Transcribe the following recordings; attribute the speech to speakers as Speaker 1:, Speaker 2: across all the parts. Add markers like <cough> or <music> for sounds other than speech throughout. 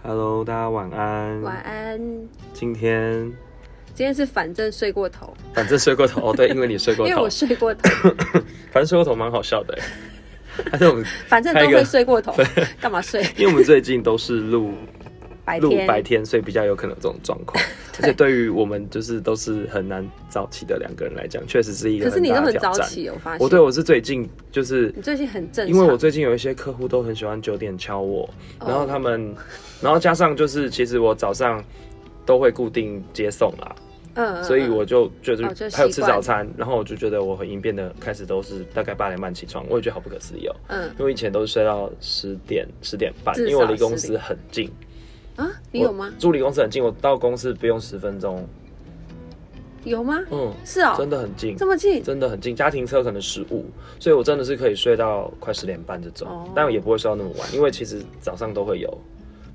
Speaker 1: Hello，大家晚安。
Speaker 2: 晚安。
Speaker 1: 今天
Speaker 2: 今天是反正睡过头，
Speaker 1: 反正睡过
Speaker 2: <laughs>
Speaker 1: 头哦，对，因为你睡过
Speaker 2: 因为
Speaker 1: 头
Speaker 2: 我，睡过
Speaker 1: <laughs>
Speaker 2: 头，
Speaker 1: 反正睡过头蛮好笑的 <laughs> 欸。还是我们，
Speaker 2: 反正都会睡
Speaker 1: <laughs>
Speaker 2: 过头，干嘛睡？
Speaker 1: 因为我们最近都是录
Speaker 2: 白
Speaker 1: 录
Speaker 2: 天，
Speaker 1: 白天，所以比较有可能有这种状
Speaker 2: <laughs>
Speaker 1: 况。而且对于我们就是都是很难早起的两个人来讲，确实是一个
Speaker 2: 可是你都
Speaker 1: 大的
Speaker 2: 很
Speaker 1: 挑
Speaker 2: 早
Speaker 1: 战。
Speaker 2: 起，我发现。
Speaker 1: 我对我是最近就是
Speaker 2: 你最近很正常，
Speaker 1: 因为我最近有一些客户都很喜欢九点敲我，
Speaker 2: 哦
Speaker 1: 然后他们，然后加上就是其实我早上都会固定接送啦，
Speaker 2: 嗯，嗯
Speaker 1: 所以我就觉
Speaker 2: 哦就
Speaker 1: 得
Speaker 2: 习惯
Speaker 1: 还有吃早餐，然后我就觉得我已经变得开始都是大概八点半起床，我也觉得好不可思议哦，
Speaker 2: 嗯
Speaker 1: 因为以前都是睡到十点十点半，
Speaker 2: 至
Speaker 1: 因
Speaker 2: 少
Speaker 1: 为我离公司很近，
Speaker 2: 嗯啊，你有吗
Speaker 1: 我？住离公司很近，我到公司不用十分钟，
Speaker 2: 有吗？
Speaker 1: 嗯，
Speaker 2: 是哦，
Speaker 1: 真的很近
Speaker 2: 这。么近，
Speaker 1: 真的很近，家庭车可能十五，所以我真的是可以睡到快十点半这种，
Speaker 2: 哦
Speaker 1: 但也不会睡到那么晚，因为其实早上都会有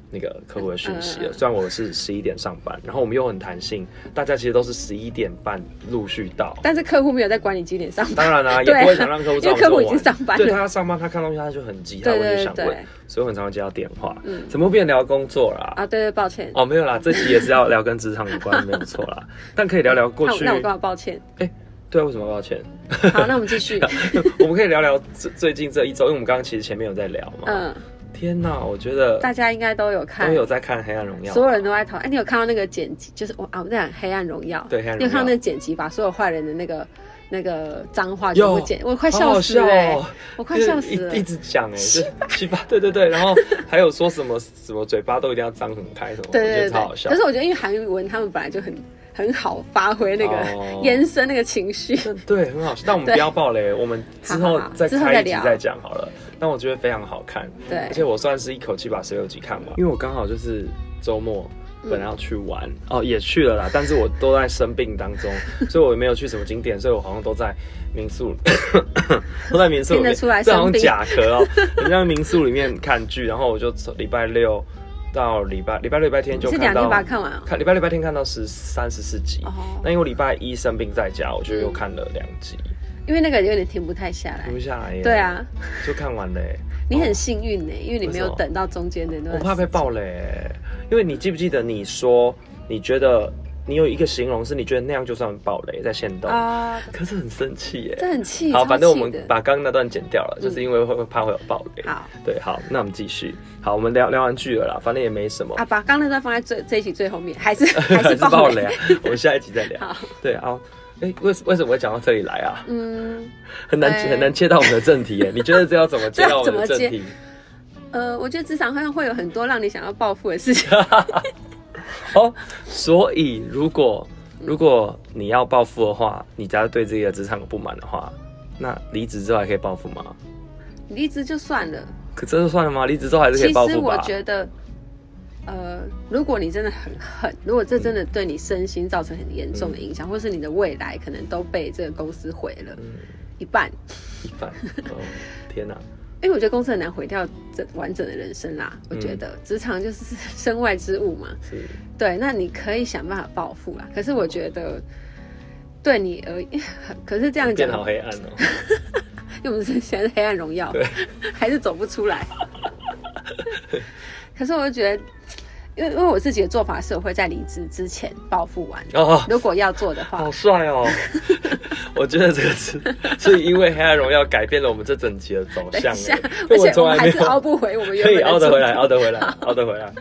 Speaker 1: 那个客户的讯息
Speaker 2: 嗯嗯
Speaker 1: 了。
Speaker 2: 嗯
Speaker 1: 虽然我是十一点上班，然后我们又很弹性，大家其实都是十一点半陆续到。
Speaker 2: 但是客户没有在管你几点上
Speaker 1: <laughs>
Speaker 2: 班，
Speaker 1: 当然啦、也
Speaker 2: <laughs> 对啊
Speaker 1: 不会想让客户知道
Speaker 2: 因为客户
Speaker 1: 我
Speaker 2: 已经
Speaker 1: 晚
Speaker 2: 上班了
Speaker 1: 对他要上班，他看东西他就很急，他会
Speaker 2: 对
Speaker 1: 就
Speaker 2: 对
Speaker 1: 想问
Speaker 2: 对，
Speaker 1: 所以我很常会接到电话。
Speaker 2: 嗯
Speaker 1: 怎么会变聊工作啦？
Speaker 2: 啊，对对，抱歉，
Speaker 1: 哦，没有啦，这期也是要聊跟职场有关，没有错
Speaker 2: <laughs>
Speaker 1: 啦。但可以聊聊过
Speaker 2: 那我
Speaker 1: 去
Speaker 2: 那，我干嘛抱歉？
Speaker 1: 对啊，为什么抱歉？ <laughs>
Speaker 2: 好，那我们继续，
Speaker 1: 我们可以聊聊最最近这一周，因为我们刚刚其实前面有在聊嘛。
Speaker 2: 嗯，
Speaker 1: 天哪，我觉得
Speaker 2: 大家应该都有看
Speaker 1: 都，有在看《黑暗荣耀》，
Speaker 2: 所有人都在讨论。哎，你有看到那个剪辑？就是我啊，我们在讲《黑暗荣耀》，
Speaker 1: 对《黑暗
Speaker 2: 你有
Speaker 1: 荣
Speaker 2: 看
Speaker 1: 耀
Speaker 2: 到那》个剪辑把所有坏人的那个那个脏话全
Speaker 1: 有
Speaker 2: 部剪，我快
Speaker 1: 好
Speaker 2: 笑
Speaker 1: 好
Speaker 2: 死
Speaker 1: 笑
Speaker 2: 了、欸
Speaker 1: 哦，
Speaker 2: 我快笑死
Speaker 1: 就是
Speaker 2: 了
Speaker 1: 一一。直讲哎，就七八，对对对，然后还有说什么什么嘴巴都一定要张很开什么，
Speaker 2: 对
Speaker 1: 我觉
Speaker 2: 对
Speaker 1: 得
Speaker 2: 对
Speaker 1: 超好
Speaker 2: 对，
Speaker 1: 笑
Speaker 2: 可。是我觉得因为韩语文他们本来就很很好发挥那
Speaker 1: 哦
Speaker 2: 个延伸那个情绪，
Speaker 1: 但对，很好笑。但我们
Speaker 2: 对
Speaker 1: 不要爆雷，我们之后
Speaker 2: 好好好
Speaker 1: 再
Speaker 2: 之后
Speaker 1: 开
Speaker 2: 再
Speaker 1: 一集
Speaker 2: 聊
Speaker 1: 再讲好了。但我觉得非常好看，
Speaker 2: 对
Speaker 1: 而，且我算是一口气把所有集看完，因为我刚好就是周末
Speaker 2: 嗯
Speaker 1: 本来要去玩、哦，也去了啦，但是我都在生病当
Speaker 2: <laughs>
Speaker 1: 中，所以我也没有去什么景点，所以我好像都在民宿， <coughs> 都在民宿里
Speaker 2: 听
Speaker 1: 面，
Speaker 2: 得出来
Speaker 1: 这好像
Speaker 2: 生病
Speaker 1: 假咳
Speaker 2: <laughs>
Speaker 1: 哦，人家民宿里面看剧，然后我就从礼拜六到礼拜礼拜六礼拜天就是看
Speaker 2: 两天
Speaker 1: 到
Speaker 2: 把它看完哦。
Speaker 1: 看礼拜六礼拜天看到十三十四集。
Speaker 2: 哦
Speaker 1: 那，因为我礼拜一生病在家，我就又看了两集，
Speaker 2: 因为那个有点停不太下来
Speaker 1: 停。不下来耶。
Speaker 2: 嗯对，啊，
Speaker 1: 就看完了耶。
Speaker 2: 你
Speaker 1: 哦
Speaker 2: 很幸运呢、因为你没
Speaker 1: 为什
Speaker 2: 有
Speaker 1: 么
Speaker 2: 等到中间的那
Speaker 1: 我
Speaker 2: 段。
Speaker 1: 怕被爆雷欸，因为你记不记得你说你觉得你有一个形容是你觉得那样就算爆雷在线动，
Speaker 2: 啊，
Speaker 1: 可是很生气耶。
Speaker 2: 这很气。
Speaker 1: 好，
Speaker 2: 超
Speaker 1: 反正我
Speaker 2: 气
Speaker 1: 们
Speaker 2: 的
Speaker 1: 把刚刚那段剪掉了，
Speaker 2: 嗯
Speaker 1: 就是因为会会怕会有爆雷。
Speaker 2: 好
Speaker 1: 对，好，那我们继续。好，我们聊聊完剧了啦，反正也没什么，
Speaker 2: 啊，把刚那段放在最这一集最后面，
Speaker 1: <laughs>
Speaker 2: 还是还
Speaker 1: 还
Speaker 2: 是
Speaker 1: 是爆
Speaker 2: 爆
Speaker 1: 雷
Speaker 2: 雷
Speaker 1: 啊。我们下一集再聊。
Speaker 2: <laughs> 好，
Speaker 1: 对啊，哎，为为什么会讲到这里来啊？
Speaker 2: 嗯，
Speaker 1: 很难
Speaker 2: 哎
Speaker 1: 很难切到我们的正题
Speaker 2: <laughs>
Speaker 1: 耶。你觉得这要怎么切到我们的
Speaker 2: 这要怎
Speaker 1: 正
Speaker 2: 么接
Speaker 1: 题？
Speaker 2: 呃，我觉得职场上会有很多让你想要报复的事
Speaker 1: <laughs>
Speaker 2: 情。
Speaker 1: 哦，所以如果如果你要报复的话，你假如对自己的职场有不满的话，那离职之后还可以报复吗？
Speaker 2: 你离职就算了，
Speaker 1: 可这就算了吗？离职之后还是可
Speaker 2: 其
Speaker 1: 以报
Speaker 2: 实
Speaker 1: 复
Speaker 2: 我
Speaker 1: 吧？
Speaker 2: 觉得，呃，如果你真的很狠，如果这真的对你身心造成很严重的影响，或是你的未来可能都被这个公司毁了
Speaker 1: 嗯，
Speaker 2: 一半，
Speaker 1: 一般。哦，天哪、
Speaker 2: 因为我觉得公司很难毁掉整完整的人生啦。我觉得
Speaker 1: 嗯
Speaker 2: 职场就是身外之物嘛，
Speaker 1: 是
Speaker 2: 对，那你可以想办法报复啦。可是我觉得。对你而 <laughs> 言，可是这样讲
Speaker 1: 变，好黑暗哦。
Speaker 2: 因为我们是现在是黑暗荣耀
Speaker 1: 对，
Speaker 2: 还是走不出
Speaker 1: <laughs>
Speaker 2: 来。可是我就觉得，因为因为我自己的做法是，我会在离职之前报复完，
Speaker 1: 哦，
Speaker 2: 如果要做的话
Speaker 1: 好，帅哦！
Speaker 2: <laughs>
Speaker 1: 我觉得这个是是因为《黑暗荣耀》改变了我们这整集的走
Speaker 2: 等
Speaker 1: 向
Speaker 2: 一下
Speaker 1: 耶，欸因
Speaker 2: 而
Speaker 1: 为我
Speaker 2: 且
Speaker 1: 从
Speaker 2: <laughs> 我们
Speaker 1: 来没
Speaker 2: 还是
Speaker 1: 有
Speaker 2: 熬不回我们原
Speaker 1: 可
Speaker 2: 本
Speaker 1: 以
Speaker 2: 的
Speaker 1: 凹得回来，
Speaker 2: 进
Speaker 1: 凹得回来，凹得回来，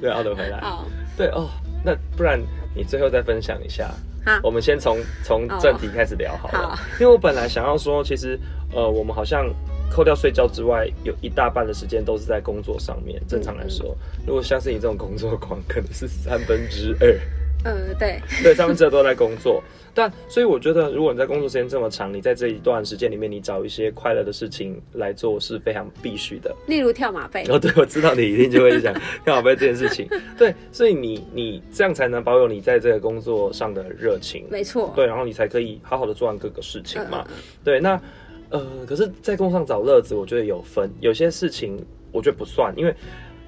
Speaker 1: 对，凹得回来
Speaker 2: <laughs> 度。。好
Speaker 1: 对哦，那不然你最后再分享一下
Speaker 2: 哈，
Speaker 1: 我们先从从
Speaker 2: 哦
Speaker 1: 正题开始聊好了。
Speaker 2: 好
Speaker 1: 因为我本来想要说，其实呃，我们好像扣掉睡觉之外，有一大半的时间都是在工作上
Speaker 2: 嗯
Speaker 1: 面。正常来说，如果像是你这种工作狂，可能是三分之
Speaker 2: <laughs>
Speaker 1: 二，
Speaker 2: 呃，对，
Speaker 1: 对，三分之二都在工作。但所以我觉得，如果你在工作时间这么长，你在这一段时间里面，你找一些快乐的事情来做是非常必须的。
Speaker 2: 例如跳马背，
Speaker 1: 哦，对，我知道你一定就会想跳好杯这件事情。对，所以你你这样才能保有你在这个工作上的热情，
Speaker 2: 没错，
Speaker 1: 对，然后你才可以好好的做完各个事情
Speaker 2: 嗯
Speaker 1: 嘛。
Speaker 2: 嗯
Speaker 1: 对，那呃，可是，在工作上找乐子，我觉得有分，有些事情我觉得不算，因为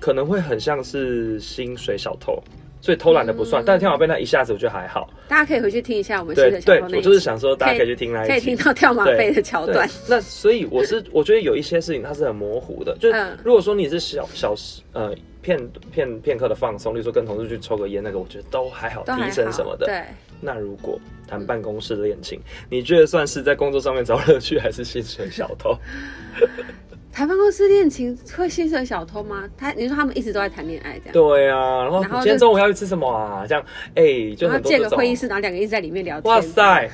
Speaker 1: 可能会很像是薪水小偷。所以偷懒的不算，
Speaker 2: 嗯
Speaker 1: 但是天宝贝那一下子我觉得还好。
Speaker 2: 大家可以回去听一下我们新
Speaker 1: 对
Speaker 2: 的小
Speaker 1: 对
Speaker 2: 偷，那
Speaker 1: 我
Speaker 2: 一
Speaker 1: 就是
Speaker 2: 集，
Speaker 1: 想说，大家可
Speaker 2: 可
Speaker 1: 以
Speaker 2: 以
Speaker 1: 去听那一集，
Speaker 2: 可以听到跳马背的桥
Speaker 1: 对，
Speaker 2: 段。
Speaker 1: 那所以我是我觉得有一些事情它是很模糊的，就是
Speaker 2: 嗯
Speaker 1: 如果说你是小小呃片片片刻的放松，例如说跟同事去抽个烟，那个我觉得都还好，
Speaker 2: 都还
Speaker 1: 提神什么的。
Speaker 2: 对，
Speaker 1: 那如果谈办公室恋情，你觉得算是在工作上面找乐趣，还是薪水小
Speaker 2: <laughs>
Speaker 1: 偷？
Speaker 2: 谈办公室恋情会薪水小偷吗？他你说他们一直都在谈恋爱这样，
Speaker 1: 对啊，然后
Speaker 2: 然后就
Speaker 1: 今天中午要去吃什么啊？这样，哎、就
Speaker 2: 然后
Speaker 1: 很多
Speaker 2: 建
Speaker 1: 这
Speaker 2: 个
Speaker 1: 种。
Speaker 2: 会议室，然后两个一直在里面聊天。
Speaker 1: 哇！塞，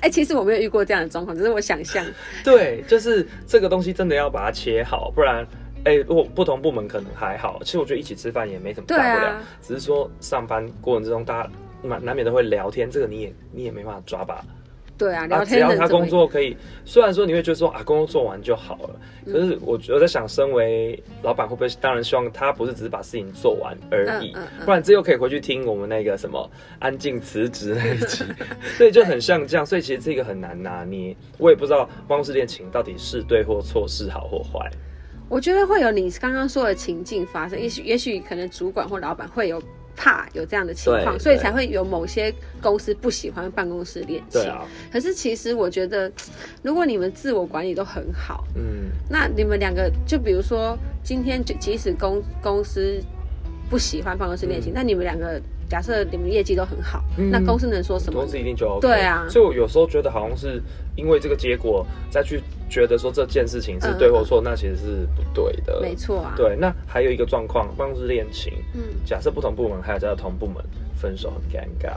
Speaker 2: 哎、其实我没有遇过这样的状况，只是我想
Speaker 1: <laughs>
Speaker 2: 象。
Speaker 1: 对，就是这个东西真的要把它切好，不然，哎、如果不同部门可能还好，其实我觉得一起吃饭也没什么
Speaker 2: 对
Speaker 1: 大不了，
Speaker 2: 啊，
Speaker 1: 只是说上班过程之中大家。难难免都会聊天，这个你也你也没办法抓吧？
Speaker 2: 对啊，
Speaker 1: 啊，
Speaker 2: 聊
Speaker 1: 只
Speaker 2: 天
Speaker 1: 要
Speaker 2: 能
Speaker 1: 他
Speaker 2: 怎么
Speaker 1: 工？作可以，虽然说你会觉得说啊，工作做完就好了，可
Speaker 2: 嗯
Speaker 1: 是我我在想，身为老板会不会当然希望他不是只是把事情做完而
Speaker 2: 嗯
Speaker 1: 已，
Speaker 2: 嗯嗯
Speaker 1: 不然这又可以回去听我们那个什么安静辞职那一集， <laughs> 所以就很像这样，所以其实这个很难拿捏，我也不知道办公室恋情到底是对或错，是好或坏。
Speaker 2: 我觉得会有你刚刚说的情境发生，也许也许可能主管或老板会有怕有这样的情况，
Speaker 1: 对
Speaker 2: 所以
Speaker 1: 对
Speaker 2: 才会有某些公司不喜欢办公室恋情。
Speaker 1: 对啊，
Speaker 2: 可是其实我觉得，如果你们自我管理都很好，
Speaker 1: 嗯，
Speaker 2: 那你们两个就比如说今天就即使公公司不喜欢办公室恋情，
Speaker 1: 嗯
Speaker 2: 那你们两个假设你们业绩都很好，
Speaker 1: 嗯
Speaker 2: 那公司能说什么
Speaker 1: 公
Speaker 2: 呢？
Speaker 1: 司一定就 OK。
Speaker 2: 对啊
Speaker 1: 所以我有时候觉得好像是因为这个结果再去觉得说这件事情是对或错，那其实是不对的。
Speaker 2: 嗯没错啊，
Speaker 1: 对，那还有一个状况，办公室恋情，
Speaker 2: 嗯，
Speaker 1: 假设不同部门还有在同部门分手很尴尬。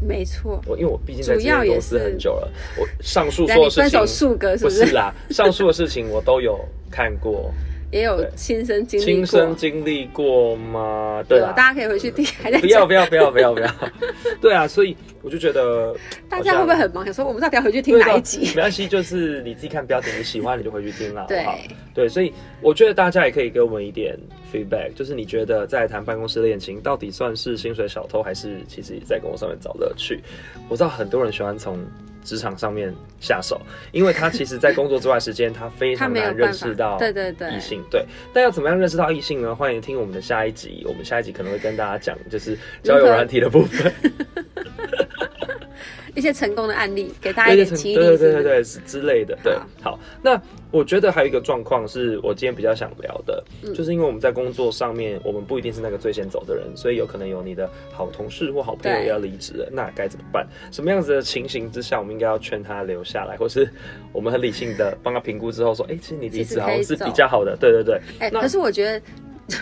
Speaker 2: 没错。
Speaker 1: 我因为我毕竟在这
Speaker 2: 主要
Speaker 1: 间
Speaker 2: 也
Speaker 1: 公司
Speaker 2: 是
Speaker 1: 很久了，我上述
Speaker 2: 那
Speaker 1: 所
Speaker 2: 你
Speaker 1: 有事
Speaker 2: 分
Speaker 1: 情
Speaker 2: 手数个是
Speaker 1: 不
Speaker 2: 不是？
Speaker 1: 是啦，上述的事情我都有看过，
Speaker 2: 也有
Speaker 1: 对
Speaker 2: 亲身经历过，
Speaker 1: 亲身经历过吗？对
Speaker 2: 有
Speaker 1: 啦，
Speaker 2: 大家可以回去听，还在
Speaker 1: 不要
Speaker 2: 讲。
Speaker 1: 不要不要不要不要，对啊，所以我就觉得
Speaker 2: 大
Speaker 1: 好
Speaker 2: 家
Speaker 1: 像
Speaker 2: 会不会很忙？想说我们到底要回去听哪一
Speaker 1: 对的啊 <laughs>
Speaker 2: 集？
Speaker 1: 没关系，就是你自己看标题，你喜欢你就回去听啦，好不
Speaker 2: 对
Speaker 1: 好？对，所以我觉得大家也可以给我们一点 feedback，就是你觉得在谈办公室恋情，到底算是薪水小偷，还是其实在工作上面找乐趣？我知道很多人喜欢从职场上面下手，因为他其实在工作之外时间，他非
Speaker 2: 他
Speaker 1: 常
Speaker 2: 没有
Speaker 1: 难
Speaker 2: 办
Speaker 1: 认
Speaker 2: 法
Speaker 1: 识到，
Speaker 2: 对对对
Speaker 1: 异，性对，但要怎么样认识到异性呢？欢迎听我们的下一集，我们下一集可能会跟大家讲就是交友
Speaker 2: 如何
Speaker 1: 软体的部分。
Speaker 2: 一些成功的案例，给大家一
Speaker 1: 对
Speaker 2: 点
Speaker 1: 对
Speaker 2: 激
Speaker 1: 对对
Speaker 2: 励，是
Speaker 1: 对
Speaker 2: 不
Speaker 1: 对
Speaker 2: 是？
Speaker 1: 对之之类的。对，好，那我觉得还有一个状况是我今天比较想聊的，
Speaker 2: 嗯
Speaker 1: 就是因为我们在工作上面，我们不一定是那个最先走的人，所以有可能有你的好同事或好朋友
Speaker 2: 对
Speaker 1: 要离职了，那该怎么办？什么样子的情形之下，我们应该要劝他留下来，或是我们很理性的帮他评估之后说，哎、其实你离
Speaker 2: 其
Speaker 1: 职
Speaker 2: 实
Speaker 1: 好
Speaker 2: 可以
Speaker 1: 像是
Speaker 2: 走
Speaker 1: 比较好的。对对对，
Speaker 2: 哎，
Speaker 1: 那嗯
Speaker 2: 可是我觉得，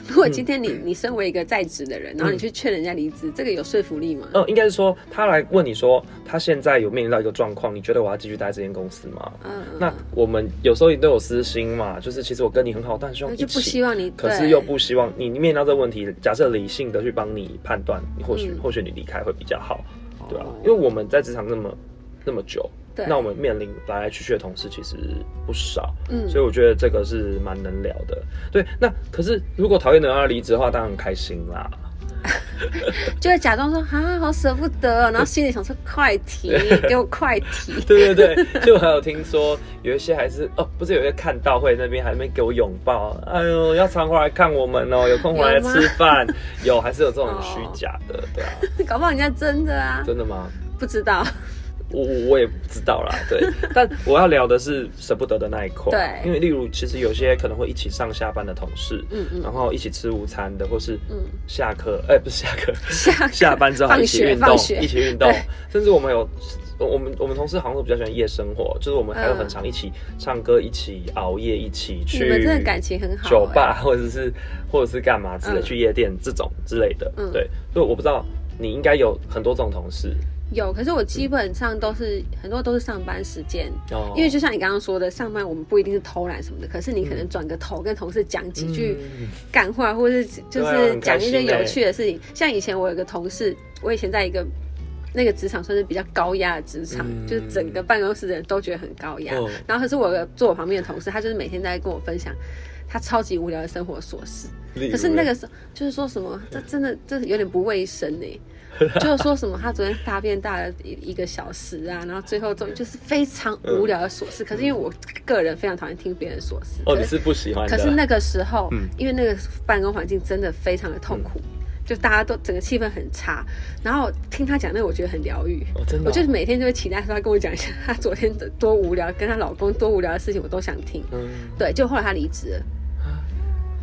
Speaker 2: <laughs> 如果今天你你身为一个在职的人，然后你去劝人家离职，这个有说服力吗？
Speaker 1: 嗯，应该是说他来问你说，他现在有面临到一个状况，你觉得我要继续待这间公司吗？
Speaker 2: 嗯，嗯
Speaker 1: 那我们有时候也都有私心嘛，就是其实我跟你很好，但希望
Speaker 2: 那
Speaker 1: 一
Speaker 2: 就不
Speaker 1: 起
Speaker 2: 希望你，
Speaker 1: 可是
Speaker 2: 对
Speaker 1: 又不希望你面临到这个问题，假设理性的去帮你判断，你或许、
Speaker 2: 嗯
Speaker 1: 或许你离开会比较好，对啊
Speaker 2: 哦，
Speaker 1: 因为我们在职场那么那么久，
Speaker 2: 对
Speaker 1: 那我们面临来来去去的同事其实不少，
Speaker 2: 嗯
Speaker 1: 所以我觉得这个是蛮能聊的。对，那可是如果讨厌的人要离职的话，当然很开心啦。
Speaker 2: 就会假装说啊，好舍不得哦，然后心里想说快提，给我快提。 <laughs>
Speaker 1: 对对对，就还有听说有一些还是哦，不是有些看到会那边还没给我拥抱，哎呦，要常回来看我们哦，有空回来
Speaker 2: 有吗
Speaker 1: 吃饭，有 <laughs> 还是有这种虚假的，对啊，
Speaker 2: 搞不好人家真的啊，
Speaker 1: 真的吗？
Speaker 2: 不知道。
Speaker 1: 我我我也不知道啦，对，但我要聊的是舍不得的那一块，
Speaker 2: 对
Speaker 1: 因为例如其实有些可能会一起上下班的同事，
Speaker 2: 嗯嗯
Speaker 1: 然后一起吃午餐的，或是
Speaker 2: 嗯
Speaker 1: 下课，哎、不是下课， <laughs>
Speaker 2: <laughs> 下
Speaker 1: 下班之后还一起运动
Speaker 2: 放学，
Speaker 1: 一起运动
Speaker 2: 对，
Speaker 1: 甚至我们有，我我们我们同事好像都比较喜欢夜生活，就是我们还有
Speaker 2: 嗯
Speaker 1: 很常一起唱歌，一起熬夜，一起去
Speaker 2: 你们真的感情很好、欸。
Speaker 1: 酒吧 <laughs> 或者是或者是干嘛之类，
Speaker 2: 嗯
Speaker 1: 去夜店这种之类的，
Speaker 2: 嗯
Speaker 1: 对，所以我不知道你应该有很多这种同事，
Speaker 2: 有，可是我基本上都是、很多都是上班时间，
Speaker 1: 哦
Speaker 2: 因为就像你刚刚说的，上班我们不一定是偷懒什么的，可是你可能转个头跟同事讲几句
Speaker 1: 嗯
Speaker 2: 干话，或是就
Speaker 1: 对啊
Speaker 2: 是
Speaker 1: 很
Speaker 2: 讲
Speaker 1: 开
Speaker 2: 一
Speaker 1: 心
Speaker 2: 些有
Speaker 1: 欸
Speaker 2: 趣的事情。像以前我有个同事，我以前在一个 <laughs> 那个职场算是比较高压的职场，
Speaker 1: 嗯
Speaker 2: 就是整个办公室的人都觉得很高压。
Speaker 1: 哦
Speaker 2: 然后可是我有个坐我旁边的同事，他就是每天在跟我分享他超级无聊的生活琐事。
Speaker 1: 例如欸
Speaker 2: 可是那个时候就是说什么，这真的这有点不卫生呢、就是说什么他昨天大便大了一一个小时啊，然后最后终于就是非常无聊的琐事。可是因为我个人非常讨厌听别人琐事，
Speaker 1: 嗯哦，
Speaker 2: 可
Speaker 1: 你
Speaker 2: 是
Speaker 1: 是不喜欢的，
Speaker 2: 可是那个时候，
Speaker 1: 嗯
Speaker 2: 因为那个办公环境真的非常的痛苦，就大家都整个气氛很差。然后听他讲那个，我觉得很疗愈。
Speaker 1: 哦真的哦
Speaker 2: 我就是每天就会期待说他跟我讲一下他昨天的多无聊，跟她老公多无聊的事情，我都想听。
Speaker 1: 嗯
Speaker 2: 对，就后来她离职了，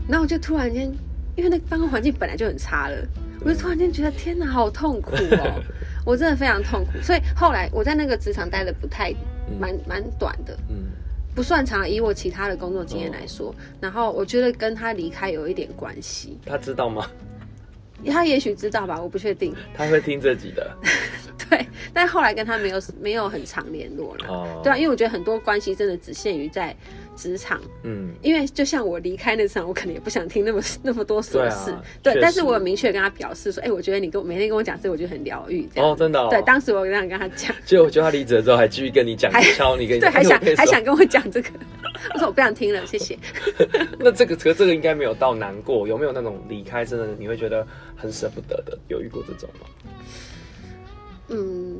Speaker 2: 然后我就突然间因为那个办公环境本来就很差了，我就突然间觉得天哪，好痛苦哦！我真的非常痛苦，所以后来我在那个职场待的不太蛮蛮短的，
Speaker 1: 嗯
Speaker 2: 不算长，以我其他的工作经验来说，然后我觉得跟他离开有一点关系，
Speaker 1: 他知道吗？ <laughs>
Speaker 2: 他也许知道吧，我不确定，
Speaker 1: 他会听这集的。
Speaker 2: 对，但后来跟他没有没有很常联络了，
Speaker 1: 哦，
Speaker 2: <laughs> 对啊，因为我觉得很多关系真的只限于在职场，
Speaker 1: 嗯，
Speaker 2: 因为就像我离开那场，我可能也不想听那么那么多琐事
Speaker 1: 对啊，
Speaker 2: 对
Speaker 1: 确实
Speaker 2: 但是我很明确地跟他表示说，哎、我觉得你跟我每天跟我讲这个，我觉得很疗愈，这样。
Speaker 1: 哦，真的、哦。
Speaker 2: 对，当时我这样跟他
Speaker 1: <laughs>
Speaker 2: 讲，
Speaker 1: 结果就他离职了之后，还继续跟你讲
Speaker 2: 还，
Speaker 1: 敲你跟你
Speaker 2: 对，
Speaker 1: 讲，
Speaker 2: 还
Speaker 1: 哎
Speaker 2: 想
Speaker 1: 我跟你
Speaker 2: 还
Speaker 1: 说
Speaker 2: 想跟我讲这个，我说我不想听了，
Speaker 1: <laughs>
Speaker 2: 谢谢。
Speaker 1: 那这个可这个应该没有到难过，有没有那种离开真的你会觉得很舍不得的？有遇过这种吗？
Speaker 2: 嗯，